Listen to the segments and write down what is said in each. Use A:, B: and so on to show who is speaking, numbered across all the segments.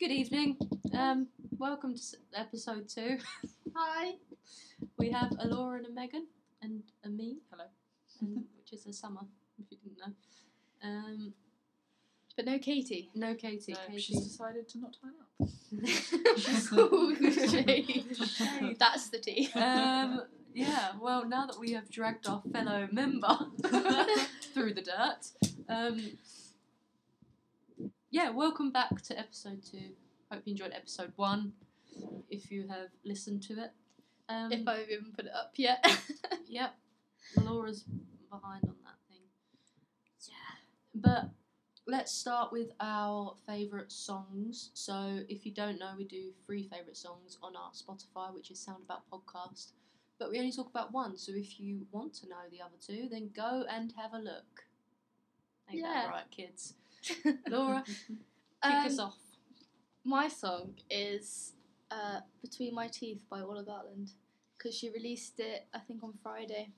A: Good evening. Um, welcome to s- episode two.
B: Hi.
A: We have a Laura and a Megan and a me. Hello. And, which is a summer, if you didn't know. Um,
B: But no Katie.
A: no Katie. Katie.
C: she's decided to not tie
B: Shade. That's the tea.
A: um, yeah. Well, now that we have dragged our fellow member through the dirt, um, yeah. Welcome back to episode two. Hope you enjoyed episode one. If you have listened to it. Um,
B: if I've even put it up yet.
A: Yep. Laura's behind on that thing. Yeah. But let's start with our favourite songs. So if you don't know, we do three favourite songs on our Spotify, which is Sound About Podcast. But we only talk about one, so if you want to know the other two, then go and have a look. Ain't
B: Yeah.
A: that right, kids? Laura, kick
B: Um,
A: us off.
B: my song is uh, Between My Teeth by Walla Garland because she released it, I think, on Friday.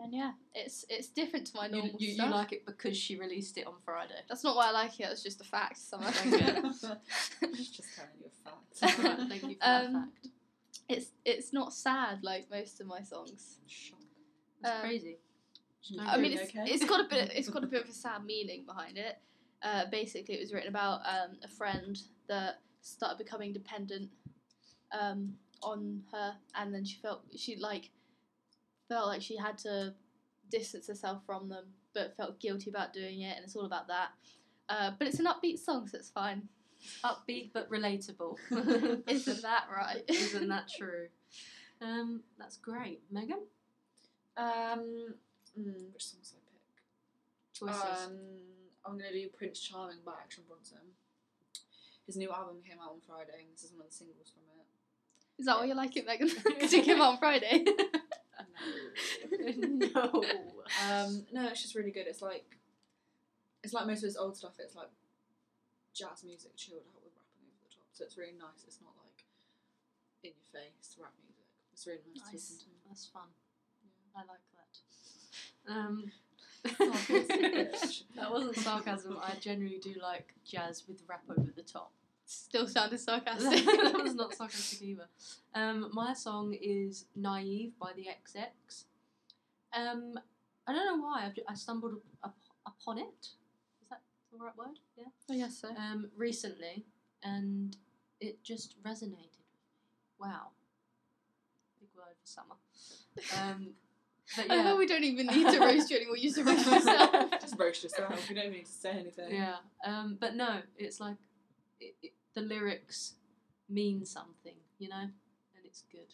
B: And yeah, it's it's different to my
A: You,
B: normal
A: you- you
B: stuff.
A: like it because she released it on Friday.
B: That's not why I like it, it's just a fact. Summer.
A: Okay.
C: up. She's just telling you a
A: Right,
C: fact.
A: Thank you for that
B: Um,
A: fact.
B: it's it's not sad like most of my songs.
C: Shock.
A: That's
B: um,
A: crazy.
B: I mean,
C: Everything
B: it's,
C: okay?
B: it's got a bit. It's got a bit of a sad meaning behind it. Uh, basically, it was written about um, a friend that started becoming dependent um, on her, and then she felt she like felt like she had to distance herself from them, but felt guilty about doing it, and it's all about that. Uh, but it's an upbeat song, so it's fine.
A: upbeat but relatable.
B: Isn't that right?
A: Isn't that true? Um, that's great, Megan.
C: Um, mm, which songs I pick?
A: Choices.
C: Um, I'm gonna do Prince Charming by Action Bronson. His new album came out on Friday, and this is one of the singles from it.
B: Is that why you like it, Megan? Because it came out on Friday.
A: no.
C: Um, no, it's just really good. It's like, it's like most of his old stuff. It's like jazz music chilled out with rapping over the top, so it's really nice. It's not like in your face rap music. It's really nice,
A: Nice.
C: to listen to.
A: That's fun. I like that. Um,
C: Sarcastic.
A: that wasn't sarcasm. I generally do like jazz with rap over the top.
B: Still sounded sarcastic.
A: that was not sarcastic either. Um, my song is "Naive" by the XX. Um, I don't know why I've, ju- I stumbled up, upon it. Is that the right word? Yeah.
B: I guess so.
A: um, recently, and it just resonated. Wow, big word for summer. Um, but
B: I know
A: yeah,
B: we don't even need to roast you anymore. You should roast yourself.
C: just roast yourself. You don't need to say anything.
A: yeah. Um, but no, it's like it, it, the lyrics mean something, you know, and it's good.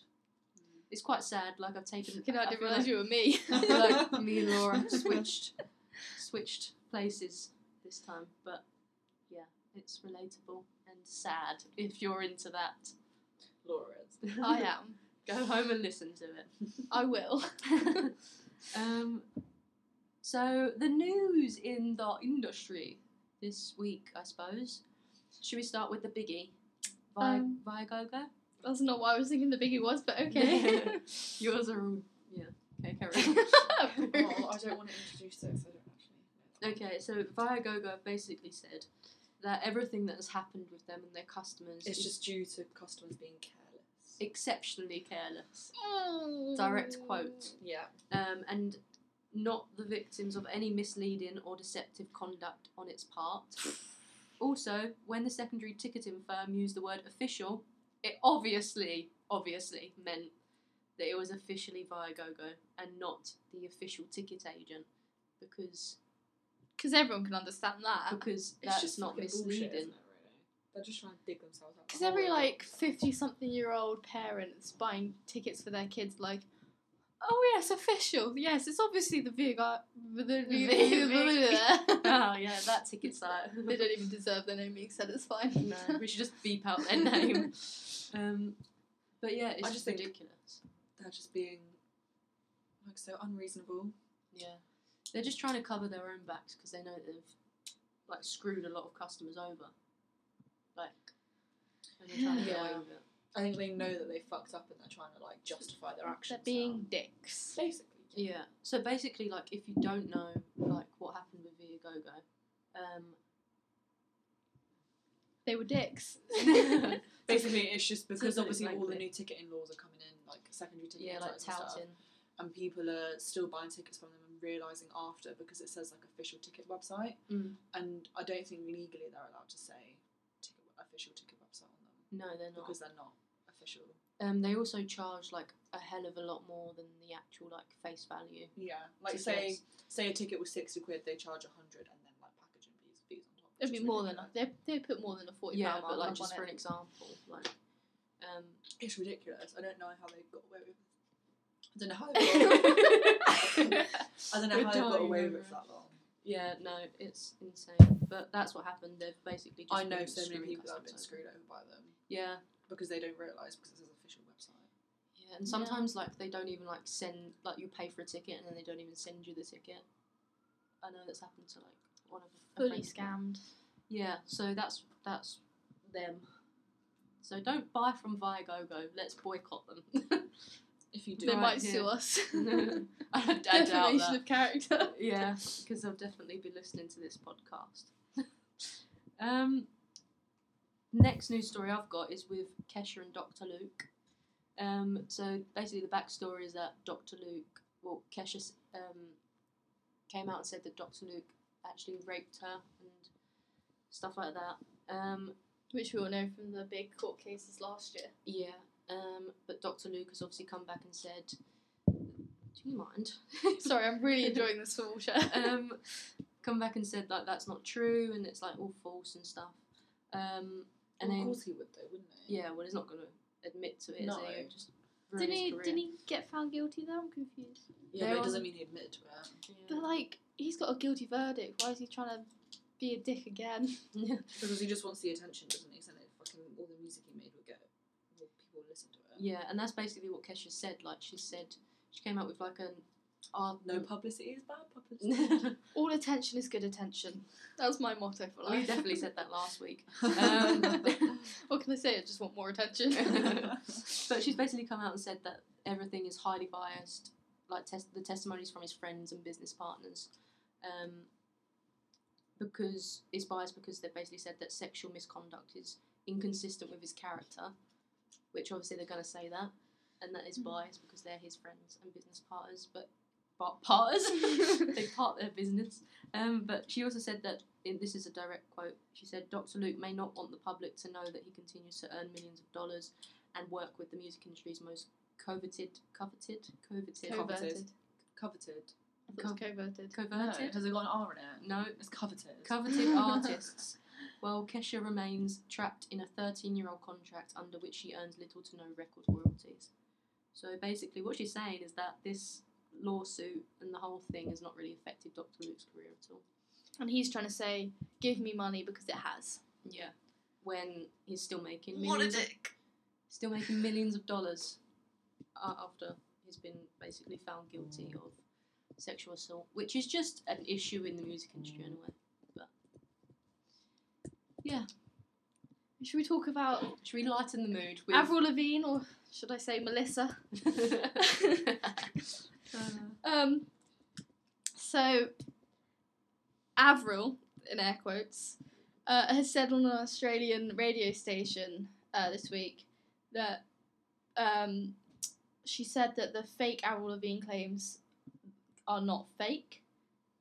A: It's quite sad. Like I've taken.
B: Fucking hell, I
A: feel
B: didn't realise
A: like-
B: Mm. you were me.
A: I feel like me and Laura have switched switched places this time, but yeah, it's relatable and sad if you're into that. Oh,
C: Laura's.
B: I am.
A: Go home and listen to
B: I will.
A: it. um, so the news in the industry this week, I suppose. Should we start with the biggie? Vi-
B: Um,
A: Viagogo?
B: That's not what I was thinking the biggie was, but okay.
A: Yours are all yeah. Okay, carry on.
C: Oh, I don't want to introduce it, so I don't actually. know.
A: Okay, so Viagogo have basically said that everything that has happened with them and their customers
C: It's
A: is
C: just due to customers being careless.
A: exceptionally careless. Direct quote.
C: Yeah.
A: um, and not the victims of any misleading or deceptive conduct on its part. Also, when the secondary ticketing firm used the word official, it obviously, obviously meant that it was officially via GoGo and not the official ticket agent because
B: Because everyone can understand that.
A: because
C: Ah, It's
A: that's
C: just
A: not
C: fucking bullshit,
A: misleading.
C: isn't it, really? They're just trying to dig themselves out.
B: Because every like fifty-something-year-old parent that's buying tickets for their kids, like, oh yes, official. Yes, it's obviously the Vigo. The, the,
A: oh yeah, that ticket site.
B: they don't even deserve their name being said. It's fine.
A: no, we should just beep out their name. Um, but yeah, it's
C: I
A: just
C: just think-
A: ridiculous.
C: They're just being like so unreasonable.
A: Yeah, they're just trying to cover their own backs because they know they've like screwed a lot of customers over. Like, and they're trying to get away
C: Yeah.
A: with it.
C: I think they know that they fucked up and they're trying to like justify their actions.
B: They're
C: now.
B: being dicks.
C: basically.
A: Yeah. So basically, like, if you don't know like what happened with Viagogo, um,
B: they were dicks.
C: Basically, it's just because
A: Simple
C: obviously all the
A: language.
C: new ticketing laws are coming in, like secondary ticketing
A: yeah, like
C: types and stuff,
A: touting.
C: and people are still buying tickets from them and realizing after because it says like official ticket website,
A: Mm.
C: and I don't think legally they're allowed to say ticket, official ticket website on them
A: No, they're not.
C: because they're not official.
A: Um, they also charge like a hell of a lot more than the actual like face value.
C: Yeah, like
A: tickets.
C: say say a ticket was sixty quid, they charge a hundred and then like packaging fees fees on top.
B: It'd
C: which
B: be
C: is
B: more than
C: ridiculous.
B: they they put more than a forty
A: yeah,
B: pound
A: but like just
B: markup on
A: for
B: it.
A: an example, like um,
C: It's ridiculous. I don't know how they got away with. I don't know how they got. I don't know
A: We're
C: how they got
A: dying
C: away with
A: over
C: it
A: it.
C: for that long.
A: yeah, no, it's insane. But that's what happened. They've basically just
C: I know
A: been
C: so many
A: screwing
C: people that have been
A: customers.
C: screwed over by them
A: Yeah,
C: because they don't realise because it's an official website.
A: yeah, and sometimes like they don't even like send like you pay for a ticket and then they don't even send you the ticket. I know that's happened to like one of a
B: fully
A: friend's-
B: scammed.
A: Yeah, so that's that's them. So don't buy from Viagogo. Let's boycott them.
C: If you do,
B: They
A: Right
B: might
A: here.
B: sue us.
A: I doubt
B: Defamation
A: that.
B: of character.
A: Yeah, because they'll definitely be listening to this podcast. um, next news story I've got is with Kesha and Dr. Luke. Um, so basically, the backstory is that Dr. Luke, well, Kesha s- um, came out and said that Dr. Luke actually raped her and stuff like that. Um,
B: Which we all know from the big court cases last year.
A: yeah, um, but Dr. Luke has obviously come back and said, Do you mind?
B: Sorry, I'm really enjoying this football shirt.
A: um, come back and said like that's not true and it's like all false and stuff. Um, and
C: Well, of
A: then
C: course he would though, wouldn't they?
A: yeah, well, he's not going to admit to it.
C: No.
A: Is he? It'd Just ruin
B: didn't
A: his
B: he?
A: career.
B: Didn't he get found guilty though? I'm confused.
C: Yeah,
A: They're
C: but it
A: on-
C: doesn't mean he admitted to it.
B: But like, he's got a guilty verdict. Why is he trying to be a dick again?
A: Yeah.
C: Because he just wants the attention, doesn't he? So that fucking all the music he made would get well, people would listen to it.
A: yeah, and that's basically what Kesha said. Like she said, she came out with like an art.
C: No publicity is bad publicity.
A: we
B: All attention is good attention. That was my motto for life.
A: definitely said that last week.
C: Um,
B: What can I say? I just want more attention.
A: But she's basically come out and said that everything is highly biased, like tes- the testimonies from his friends and business partners, um, because it's biased because they've basically said that sexual misconduct is inconsistent with his character, which obviously they're going to say that, and that is
B: Mhm.
A: biased because they're his friends and business partners, but but partners, they part their business. Um, but she also said that, in, this is a direct quote, she said, Dr. Luke may not want the public to know that he continues to earn millions of dollars and work with the music industry's most coveted, coveted, coveted,
C: Coveted.
B: Coverted.
C: coveted.
B: I thought it was coverted.
A: coverted,
C: Has it got an R in it?
A: no,
C: It's coveted.
A: coveted artists. Well, Kesha remains trapped in a 13 year old contract under which she earns little to no record royalties. So basically, what she's saying is that this lawsuit and the whole thing has not really affected Dr. Luke's career at all.
B: And he's trying to say, "Give me money because it has."
A: Yeah. When he's still making
B: What a
A: millions,
B: dick.
A: still making millions of dollars uh, after he's been basically found guilty of sexual assault, which is just an issue in the music industry anyway.
B: Should we talk about
A: Should we lighten the mood with?
B: Avril Lavigne, or should I say Melissa? Um, so Avril, in air quotes, uh, has said on an Australian radio station uh, this week that um, she said that the fake Avril Lavigne claims are not fake.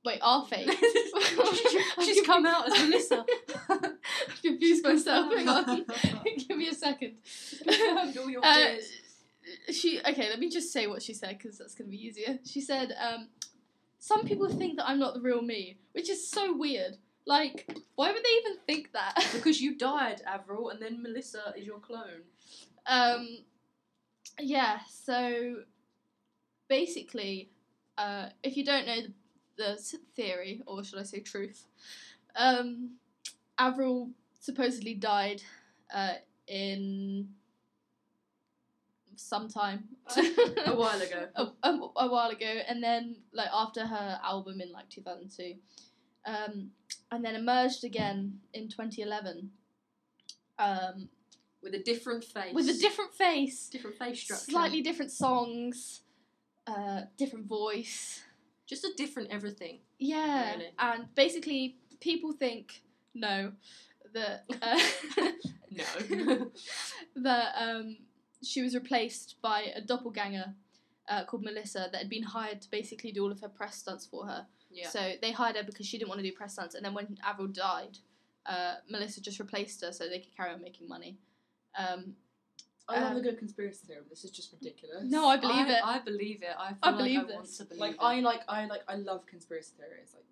B: Wait, are fake.
A: She's come out as Melissa.
B: I confused myself. Hang on. Give me a second.
A: all your
B: Uh, she okay let me just say what she said because that's going to be easier she said um, some people think that i'm not the real me which is so weird like why would they even think that
A: because you died, Avril, and then Melissa is your clone.
B: um, yeah so basically uh, if you don't know the, the s- theory or should i say truth um, avril supposedly died uh, in sometime
A: A while ago.
B: a, a, a while ago, and then like after her album in like 2002, um, and then emerged again in 2011 um,
A: With a different face.
B: with a different face,
A: different face structure.
B: slightly different songs, uh, different voice.
A: Just a different everything.
B: Yeah,
A: Really?
B: and basically people think no, that uh,
A: No.
B: that um, she was replaced by a doppelganger uh, called Melissa that had been hired to basically do all of her press stunts for her.
A: yeah.
B: So they hired her because she didn't want to do press stunts, and then when Avril died, uh, Melissa just replaced her so they could carry on making money. Um,
C: I love
B: Um,
C: a good conspiracy theory. but This is just ridiculous.
B: no, I believe it.
A: I believe it. I feel
B: I
A: like
B: believe
A: I want
B: this.
A: to believe
C: like
A: it.
C: I like I like I love conspiracy theories. Like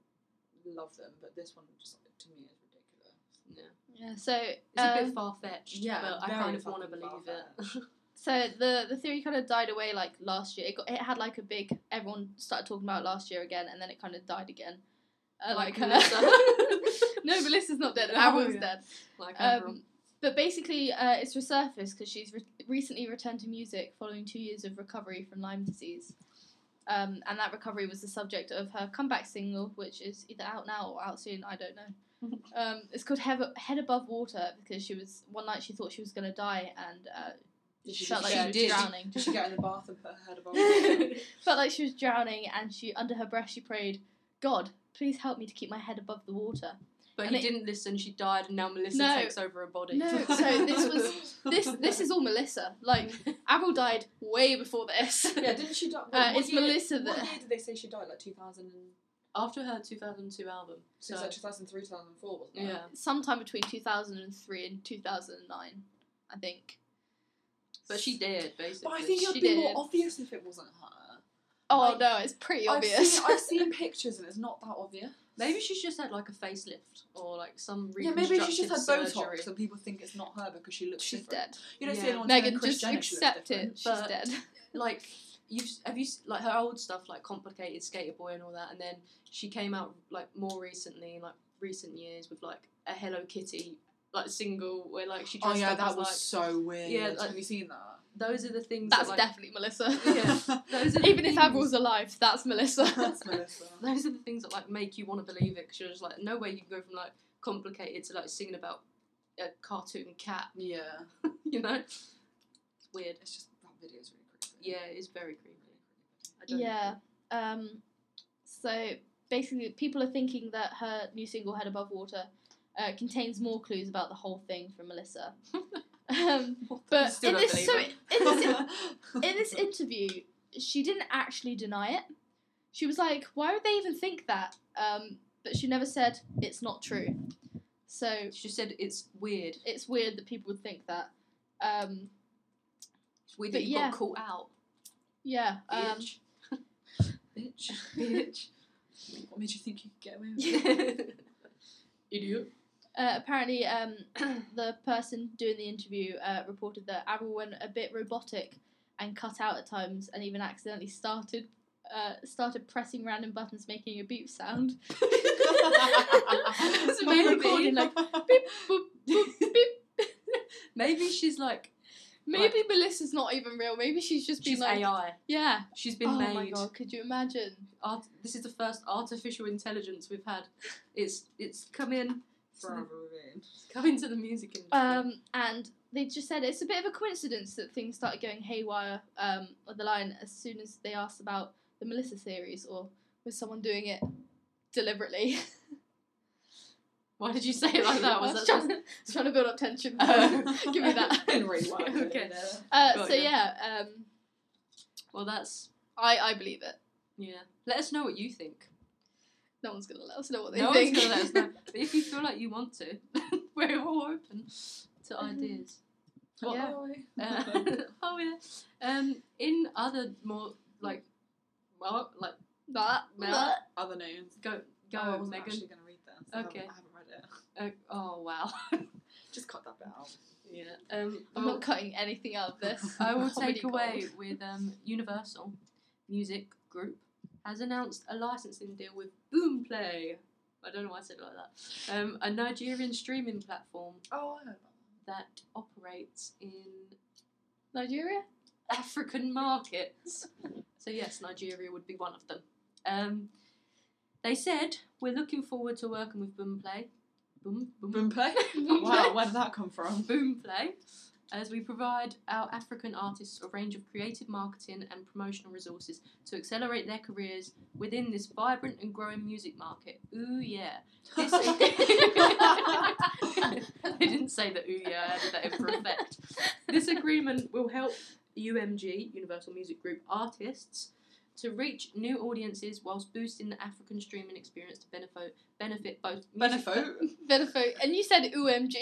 C: love them, but this one just like, to me is ridiculous.
A: yeah.
B: yeah, so
A: It's a
B: um,
A: bit far fetched.
C: yeah,
A: but I
C: very
A: kind of want to
C: fucking
A: believe it.
B: So the the theory kind of died away like last year. It got it had like a big everyone started talking about it last year again, and then it kind of died again. Uh,
A: Like
B: like uh,
A: Melissa.
B: no, Melissa's not dead.
A: No,
B: Avril's
A: yeah.
B: dead.
A: like
C: Uh-huh.
B: Um, but basically, uh, it's resurfaced because she's re- recently returned to music following two years of recovery from Lyme disease. Um, and that recovery was the subject of her comeback single, which is either out now or out soon. I don't know. um, it's called Head, Head Above Water because she was one night she thought she was gonna die and uh,
C: Did
B: she
C: she
B: felt like
C: just-
B: she
C: she
A: did.
B: was drowning.
C: Did she get in the bath and put her head above?
B: felt like she was drowning, and she under her breath she prayed, "God, please help me to keep my head above the water."
A: but
B: and
A: he
B: it-
A: didn't listen. She died, and now Melissa
B: No.
A: takes over her body.
B: No, so this was- This this is all Melissa. Like Avril died way before this.
C: yeah, didn't she die? what-
B: Uh,
C: what
B: it's
C: year-
B: Melissa
C: What
B: that-
C: year did they say she died? Like two thousand and
A: after her 2002 album. So
C: so it's like two thousand three, two thousand four, wasn't it?
A: yeah,
B: Sometime between two thousand and three and two thousand and nine, I think.
A: but she did basically.
C: But I think it
B: she
C: would be more
B: did.
C: obvious if it wasn't her.
B: Oh
C: Like,
B: no, it's pretty obvious.
C: I've seen, I've seen pictures and it's not that obvious.
A: Maybe she's just had like a facelift or like some
C: Yeah, maybe she just had
A: reconstructive
C: Botox
A: surgery.
C: and people think it's not her because she looks
B: She's
C: different.
B: dead.
C: You don't see
A: Yeah.
C: anyone saying
B: Megan,
C: Kris
B: just
C: Jenner, she looks
B: accept
C: different.
B: it. She's
A: but-
B: dead.
A: Like you've have you s- like her old stuff like complicated skater boy and all that, and then she came out like more recently, like recent years with like a Hello Kitty like single where like she
C: Oh
A: dressed up
C: yeah,
A: as,
C: that was
A: like,
C: so weird.
A: Yeah, like-
C: have you seen that?
A: those are the things that,
B: That's
A: like,
B: definitely Melissa.
A: Yeah. those are the
B: Even if
A: things-
B: Avril's alive, that's Melissa.
C: That's Melissa.
A: those are the things that like make you want to believe it because you're just like no way you can go from like complicated to like singing about a cartoon cat
C: Yeah,
A: you know it's weird
C: it's just that video is really creepy.
A: yeah it's very creepy I don't
B: yeah. Um, so basically, people are thinking that her new single, Head Above Water, uh, contains more clues about the whole thing from Melissa. um,
A: know.
B: but
A: Still
B: in
A: don't
B: this, so in
A: believe
B: this, in this interview, she didn't actually deny it. She was like, "Why would they even think that?" Um, but she never said it's not true. So
A: she just said it's weird
B: it's weird that people would think that. Um,
A: it's weird
B: But
A: that you
B: yeah.
A: got caught out
B: yeah. Um,
A: bitch
C: bitch,
A: bitch
C: what made you think you could get away with it?
A: idiot
B: Uh, apparently, um, the person doing the interview uh, reported that Avril went a bit robotic and cut out at times, and even accidentally started uh, started pressing random buttons, making a beep sound.
A: It's
B: While
A: maybe.
B: recording, like beep boop boop beep.
A: maybe she's like
B: Maybe Melissa's not even real. Maybe she's just
A: she's
B: been like,
A: AI
B: yeah.
A: she's been
B: oh
A: made
B: my god, could you imagine?
A: Art- this is the first artificial intelligence we've had it's it's come in
C: Forever within.
A: come into the music industry
B: Um, and they just said it's a bit of a coincidence that things started going haywire um, on the line as soon as they asked about the Melissa theories or was someone doing it deliberately?
A: Why did you say it like that?
B: I
A: Was
B: was
A: that
B: trying,
A: just...
B: to, trying to build up tension.
A: Oh.
B: Give me that.
C: Didn't really work, did
A: Okay.
C: it?
B: Uh,
A: Got
B: so
A: you.
B: yeah, um,
A: Well, that's
B: I, I believe it.
A: yeah. Let us know what you think.
B: No one's gonna let us know what they
A: No one's
B: think.
A: gonna let us know, but if you feel like you want to, we're all open to
B: Um,
A: ideas.
C: What
B: Yeah.
C: are we?
A: Uh, oh yeah. Um, in other more like, well, like
B: But,
A: Well,
B: but
C: Other names.
A: go go
C: oh, I wasn't
A: Megan.
C: actually going to read that. so I
A: Okay.
C: haven't- I haven't read it.
A: Uh, oh wow.
C: Just cut that bit out.
A: yeah. Um,
B: I'm
A: well,
B: not cutting anything out of this.
A: I will
B: Comedy
A: take away
B: gold.
A: with um, Universal Music Group has announced a licensing deal with Boomplay. I don't know why I said it like that. Um, a Nigerian streaming platform
C: Oh, I heard that.
A: that operates in
B: Nigeria.
A: African markets. so yes, Nigeria would be one of them. Um, they said we're looking forward to working with Boomplay. Boom, boom,
C: Boomplay?
A: Boomplay.
C: wow, where did that come from?
A: Boomplay as we provide our African artists a range of creative marketing and promotional resources to accelerate their careers within this vibrant and growing music market. Ooh, yeah. This- they didn't say that, ooh, yeah, I added that in for effect. This agreement will help UMG, Universal Music Group artists, to reach new audiences whilst boosting the African streaming experience to benefit benefit both music-
C: Benefit.
B: Benefit. And you said OMG.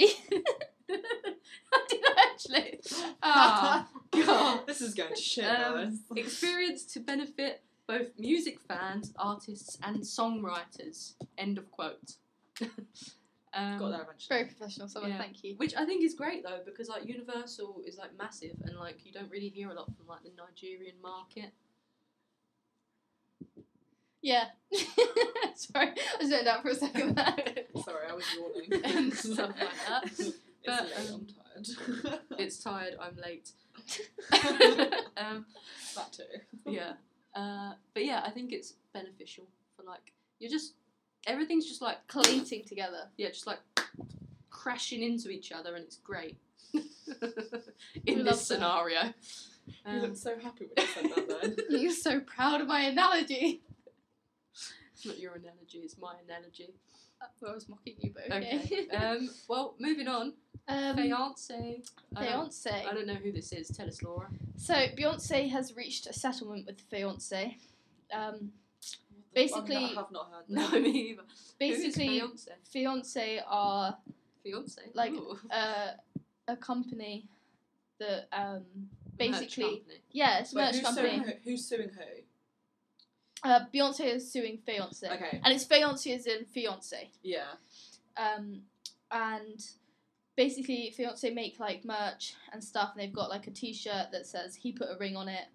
B: I did actually.
A: Ah, God.
C: This is going to shit,
A: Um,
C: guys.
A: experience to benefit both music fans, artists, and songwriters. End of quote. um,
C: Got there eventually.
B: Very professional, someone.
A: Yeah.
B: Thank you.
A: Which I think is great though, because like Universal is like massive, and like you don't really hear a lot from like the Nigerian market.
B: Yeah. Sorry, I was zoned out for a second. there.
C: Sorry, I was yawning.
A: and stuff like that. But,
C: it's late,
A: um,
C: I'm tired.
A: It's tired. I'm late. um,
C: that too.
A: yeah. Uh, but yeah, I think it's beneficial for like you're just everything's just like
B: Collating together.
A: yeah, just like crashing into each other, and it's great.
B: We
A: In
B: love that.
A: this scenario,
C: you
A: um,
C: looked so happy when you said that then.
B: You're so proud of my analogy.
A: it's not your analogy; it's my analogy.
B: Uh, well, I was mocking you, but okay.
A: Okay. um, well, moving on.
B: um,
A: Fiance. I don't-
B: fiance.
A: I don't know who this is. Tell us, Laura.
B: So Beyonce has reached a settlement with the fiance. Um, Basically-
C: I have not heard
A: No,
C: that.
A: me either.
B: basically,
A: who is fiance.
B: fiance are
A: Fiance.
B: like,
A: Ooh.
B: uh, a company that um,
A: Merch
B: basically
A: company.
B: yeah, it's a
C: Wait,
B: merch
C: who's
B: company.
C: suing who? Who's suing who?
B: Uh, Beyonce is suing fiance,
C: Okay,
B: and it's fiance is in fiance.
C: yeah.
B: Um, and basically, fiance make like merch and stuff, and they've got like a T-shirt that says he put a ring on it.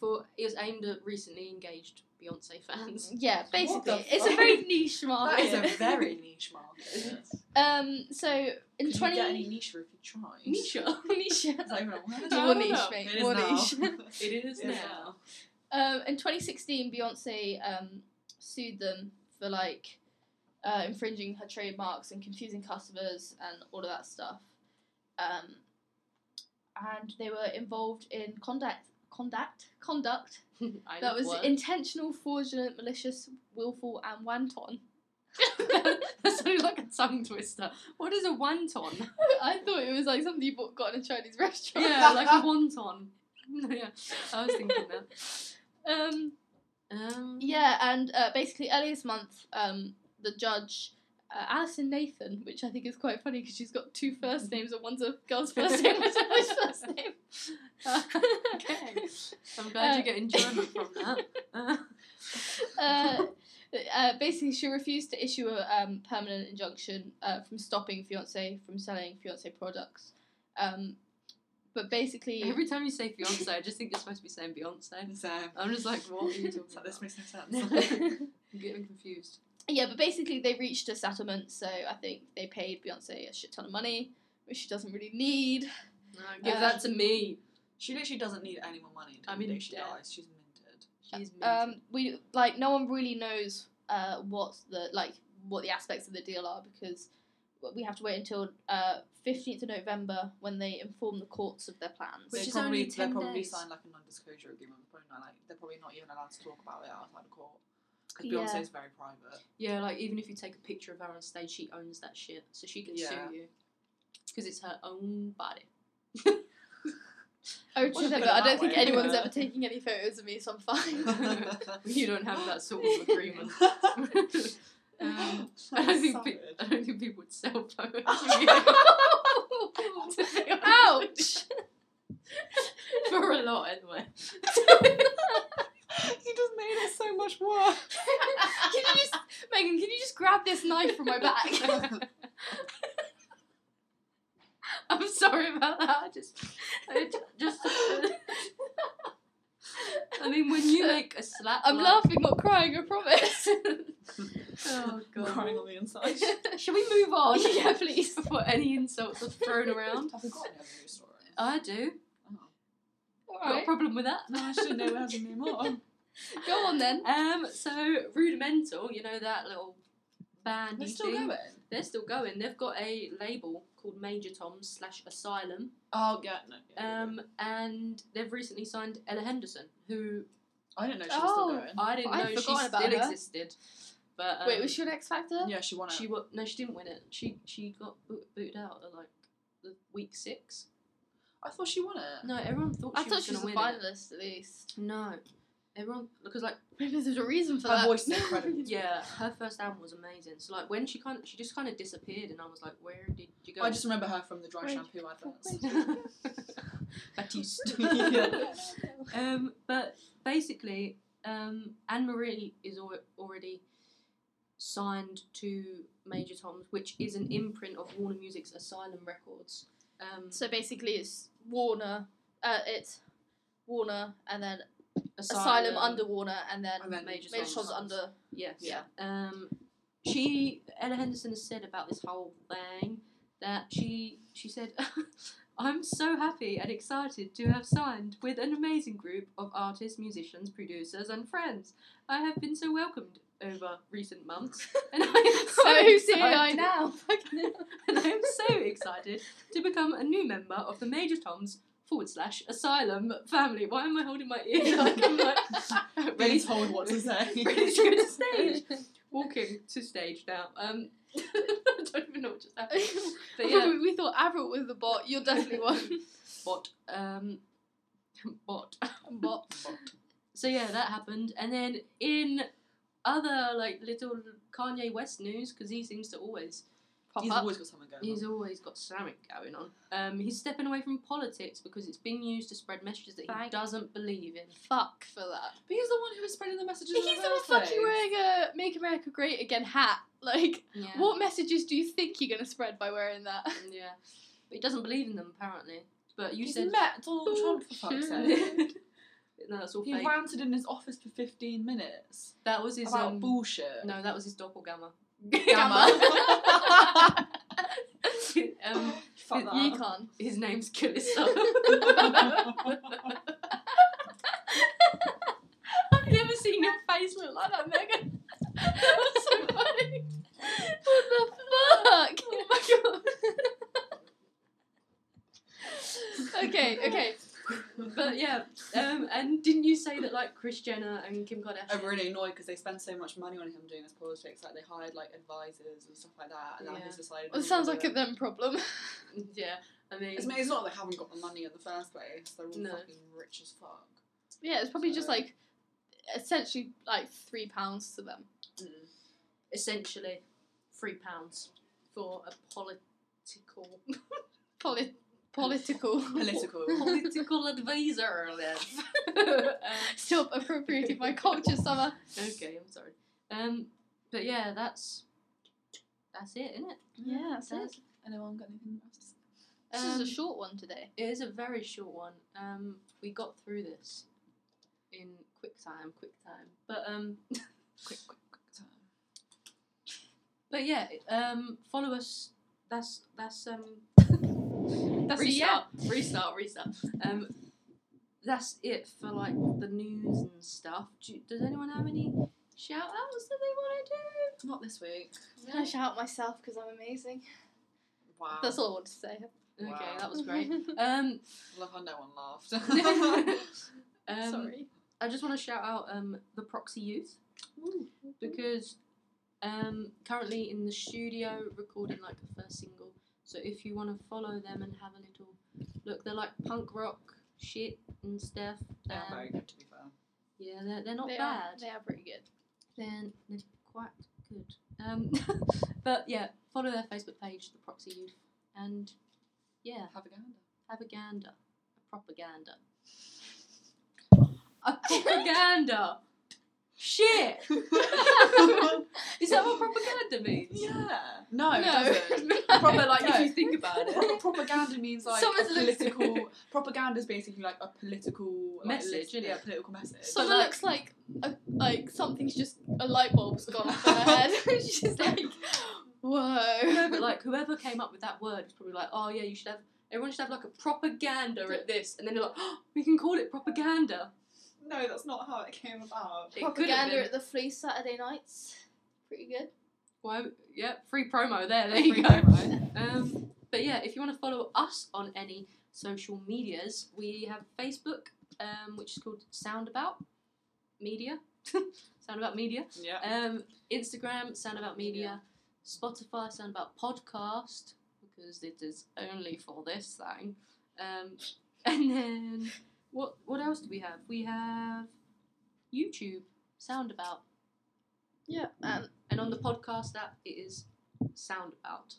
A: for it was aimed at recently engaged Beyonce fans.
B: Yeah, basically,
C: the
B: it's a
C: fuck?
B: very niche market.
C: That is
A: Oh, yeah.
C: a very niche market.
B: Um, so in
C: Could you
B: twenty
C: get any niche if you tried?
A: Nisha.
B: niche.
C: Is that even a word?
A: No,
B: More
A: no,
B: niche,
A: no.
B: mate.
C: It is
B: more
C: now.
B: niche.
A: It is
C: Yeah.
A: now.
B: um, in 2016, Beyonce um, sued them for like uh, infringing her trademarks and confusing customers and all of that stuff. Um, and they were involved in conduct, conduct, conduct
A: I
B: that
A: love
B: was
A: words.
B: intentional, fraudulent, malicious, willful, and wanton.
A: that sounded like a tongue twister. What is a wonton?
B: I thought it was like something you bought, got in a Chinese restaurant.
A: yeah, like a wonton. yeah, I was thinking that.
B: Um,
A: Um,
B: Yeah, and uh, basically earlier this month, um, the judge, uh, Alison Nathan, which I think is quite funny because she's got two first names and one's a girl's first name and a boy's first name.
A: okay. I'm glad you
B: Uh,
A: get enjoyment from that. Uh,
B: Uh, uh, basically, she refused to issue a um, permanent injunction uh, from stopping Fiance from selling Fiance products. Um, but basically,
A: every time you say fiance, I just think you're supposed to be saying Beyonce.
C: So,
A: I'm just like, what are you talking
C: it's like,
A: about?
C: this makes no sense.
A: I'm getting confused.
B: yeah, but basically they reached a settlement, so I think they paid Beyonce a shit ton of money, which she doesn't really need.
A: No, give that to me.
C: she literally doesn't need any more money until
A: I'm
C: the
A: in
C: day she
A: debt.
C: dies. She's minted.
A: She's minted.
B: um we like no one really knows uh what the like what the aspects of the deal are because we have to wait until uh 15th of November when they inform the courts of their plans.
A: Which
C: they
A: is
C: probably,
A: only
C: they
A: 10
C: probably
A: days.
C: signed like a non-disclosure agreement. They're Probably not like they're probably not even allowed to talk about it outside of court because
B: Yeah.
C: Beyonce is very private.
A: Yeah, like even if you take a picture of her on stage, she owns that shit, so she can
C: Yeah.
A: sue you because it's her own body.
B: Oh,
C: Well,
B: true,
C: put
B: but
C: it
B: I
C: that
B: don't think
C: way.
B: anyone's ever taking any photos of me, so I'm fine.
A: you don't have that sort of agreement. um, I don't think pe- I don't think people would sell photos. of you, to be honest.
B: Ouch!
A: For a lot, anyway.
C: You just made it so much worse.
B: can you just, Megan? Can you just grab this knife from my back?
A: I'm sorry about that. I just, I ju- just. uh, I mean, when you make a slap,
B: I'm
A: like-
B: laughing, not crying. I promise.
A: Oh god.
C: Crying on the inside.
A: Shall we move on?
B: yeah, please.
A: Before any insults are thrown around.
C: I forgot you have a new story.
A: I do.
C: Oh.
A: Got a
B: Alright,
A: problem with that?
C: No, I should know we have a new more.
B: go on then.
A: Um, so Rudimental, you know that little band.
C: They're
A: you
C: still
A: do?
C: going.
A: They're still going. They've got a label called Major Tom's slash Asylum,
C: Oh yeah, no. yeah,
A: um, and they've recently signed Ella Henderson, who
C: I didn't know she was
B: Oh.
C: still going.
A: I didn't
B: I'd
A: know she
B: forgotten
A: still
B: about her.
A: existed. But um,
B: Wait, was she an X Factor?
C: Yeah, she won it.
A: She wa- no, she didn't win it. She she got boot- booted out at like the week six.
C: I thought she won it.
A: No, everyone thought
B: I
A: she
B: thought
A: was
B: she was a
A: gonna win it.
B: finalist at least.
A: No, everyone because like
B: Maybe there's a reason for
C: Her
B: that.
C: voice is incredible.
A: yeah, her first album was amazing. So like when she kind of, she just kind of disappeared, and I was like, where did you go?
C: I just remember her from the dry
B: Wait.
C: shampoo adverts.
A: Batiste.
C: Yeah.
A: Um, but basically, um, Anne Marie is al- already signed to Major Tom's, which is an imprint of Warner Music's Asylum Records. Um,
B: so basically, it's Warner. Uh, it's Warner and then Asylum, under Warner and then
C: And then
A: Major
B: Major
A: Tom's.
B: Tom's under.
A: Yes.
B: Yeah.
A: Um, she Ella Henderson has said about this whole thing that she she said, "I'm so happy and excited to have signed with an amazing group of artists, musicians, producers, and friends. I have been so welcomed over recent months, and I am
B: So who see I
A: excited-
B: now?
A: and I am so excited to become a new member of the Major Tom's." Forward slash asylum family. Why am I holding my ear like I'm like
C: Being
A: ready
C: told what to say.
A: Ready to go to stage. Walking to stage now. Um, I don't even know what just happened. But yeah,
B: we, we thought Avril was the bot. You're definitely one.
A: bot. Um, bot.
B: bot.
A: So yeah, that happened, and then in other like little Kanye West news because he seems to always
B: Pop
C: He's
B: up.
C: always got something going
A: he's
C: on.
A: always got something going on. Um, he's stepping away from politics because it's being used to spread messages that he
B: Thank-
A: doesn't believe in.
B: Fuck for that.
C: But he's the one who was spreading the messages. in
B: He's the one
C: first
B: fucking
C: place.
B: wearing a "Make America Great Again" hat. Like,
A: Yeah,
B: what messages do you think you're gonna spread by wearing that?
A: yeah, but he doesn't believe in them apparently. But you
C: He's
A: said
C: met Donald Trump for fuck's sake.
A: no, that's all
C: He
A: fake.
C: ranted in his office for 15 minutes
A: That was his
C: about
A: um,
C: bullshit.
A: No, that was his doppelganger.
B: Gamma.
A: um,
C: Fuck
A: You
C: that.
B: Yukon.
A: his name's Callisto. I've never seen your face look like that, Megan.
B: That was so funny. What the fuck? Oh my god. okay, okay.
A: But yeah, um, and didn't you say that like Chris Jenner and Kim Kardashian?
C: I'm really annoyed because they spend so much money on him doing his politics. Like they hired like advisors and stuff like that, and now
A: Yeah.
C: he's decided.
B: Well, it sounds like a them problem.
A: Yeah, I mean,
C: It's, I mean, it's not that they haven't got the money in the first place. They're all
A: No.
C: fucking rich as fuck.
B: Yeah, it's probably just
C: So-
B: like essentially like three pounds to them.
A: essentially three pounds for a political
B: Poli- political.
C: Political.
A: political advisor. Liv. um,
B: Still appropriating my culture, Summer.
A: okay, I'm sorry. Um, but yeah, that's that's it, isn't it?
B: Yeah, that's it.
A: That's-
C: Anyone got anything else to say?
B: This is
A: Um,
B: a short one today.
A: It is a very short one. Um, we got through this in quick time, quick time. But um,
C: Quick, quick, quick time.
A: but yeah, um, follow us. That's that's um.
B: That's a yeah.
A: restart, restart, restart. Um, that's it for like the news and stuff. Do, you- does anyone have any shout outs that they want to do?
C: Not this week.
B: I'm gonna shout myself because I'm amazing.
C: Wow.
B: That's all I want to say.
A: Okay,
C: Wow.
A: that was great. Um,
C: Love how no one laughed.
A: um,
B: Sorry.
A: I just want to shout out um the Proxy Youth. because um, currently in the studio recording like a first single. So if you want to follow them and have a little look, they're like punk rock shit and stuff.
C: they are
A: Um,
C: very good, to be fair.
A: yeah, they're, they're not
B: they Are,
A: bad.
B: they are pretty good.
A: They're, they're quite good. Um, but yeah, follow their Facebook page, The Proxy Youth, and yeah,
C: Have a gander.
A: have a gander, a propaganda, a propaganda. Shit! Is that what propaganda means?
C: yeah. No, it
B: No.
C: doesn't.
A: Proper, like,
C: No.
A: if you think about it.
C: Pro- propaganda means like
B: Someone's
C: a political. propaganda is basically like a political like,
A: Message,
C: list-
A: innit?
C: Yeah, political message.
A: So
B: Someone
A: like-
B: looks like a, like something's just a light bulb's gone off in her head. She's like,
A: No,
B: whoa.
A: but like whoever came up with that word was probably like, oh yeah, you should have everyone should have like a propaganda at this, and then they're like, oh, we can call it propaganda.
C: no, that's not how it came about.
A: It could have
B: Propaganda
A: been.
B: at the flea Saturday nights. Pretty good.
A: Well, yeah, free promo there. There you
C: Free
A: go.
C: promo.
A: Um, but yeah, if you want to follow us on any social medias, we have Facebook, um, which is called Soundabout Media. Soundabout Media.
C: yeah.
A: Um, Instagram, Sound About Media, Spotify, Sound About Podcast, because it is only for this thing. Um, and then what what else do we have? We have YouTube, Sound About,
B: Yeah, and
A: and on the podcast app it is Sound About.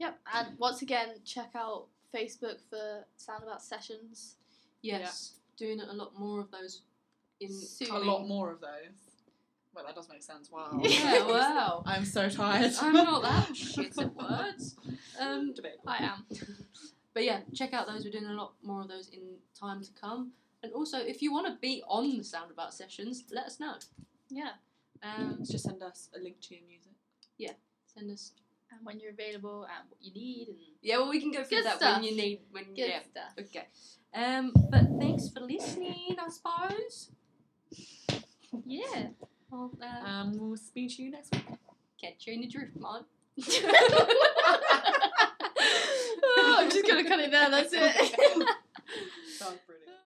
B: yep, and once again, check out Facebook for Sound About Sessions.
A: Yes, doing a lot more of those in
B: Soon.
C: a
A: coming-
C: lot more of those. Well, that does make sense. Wow.
A: Yeah, wow.
C: I'm so tired.
A: I'm not that shit at words. Um,
C: Debatable.
B: I am.
A: But yeah, check out those. We're doing a lot more of those in time to come. And also, if you want to be on the Soundabout sessions, let us know.
B: Yeah,
A: Um,
C: Just send us a link to your music.
A: send us.
B: and when you're available and what you need and
A: Yeah, well, we can go through
B: Good
A: that
B: stuff.
A: when you need. When
B: good
A: yeah,
B: stuff.
A: okay. Um, but thanks for listening. I suppose.
B: Yeah.
A: Well, uh,
C: Um, we'll speak to you next week.
A: catch you in the drift, man. Oh,
B: oh, I'm just gonna cut it there. That's it.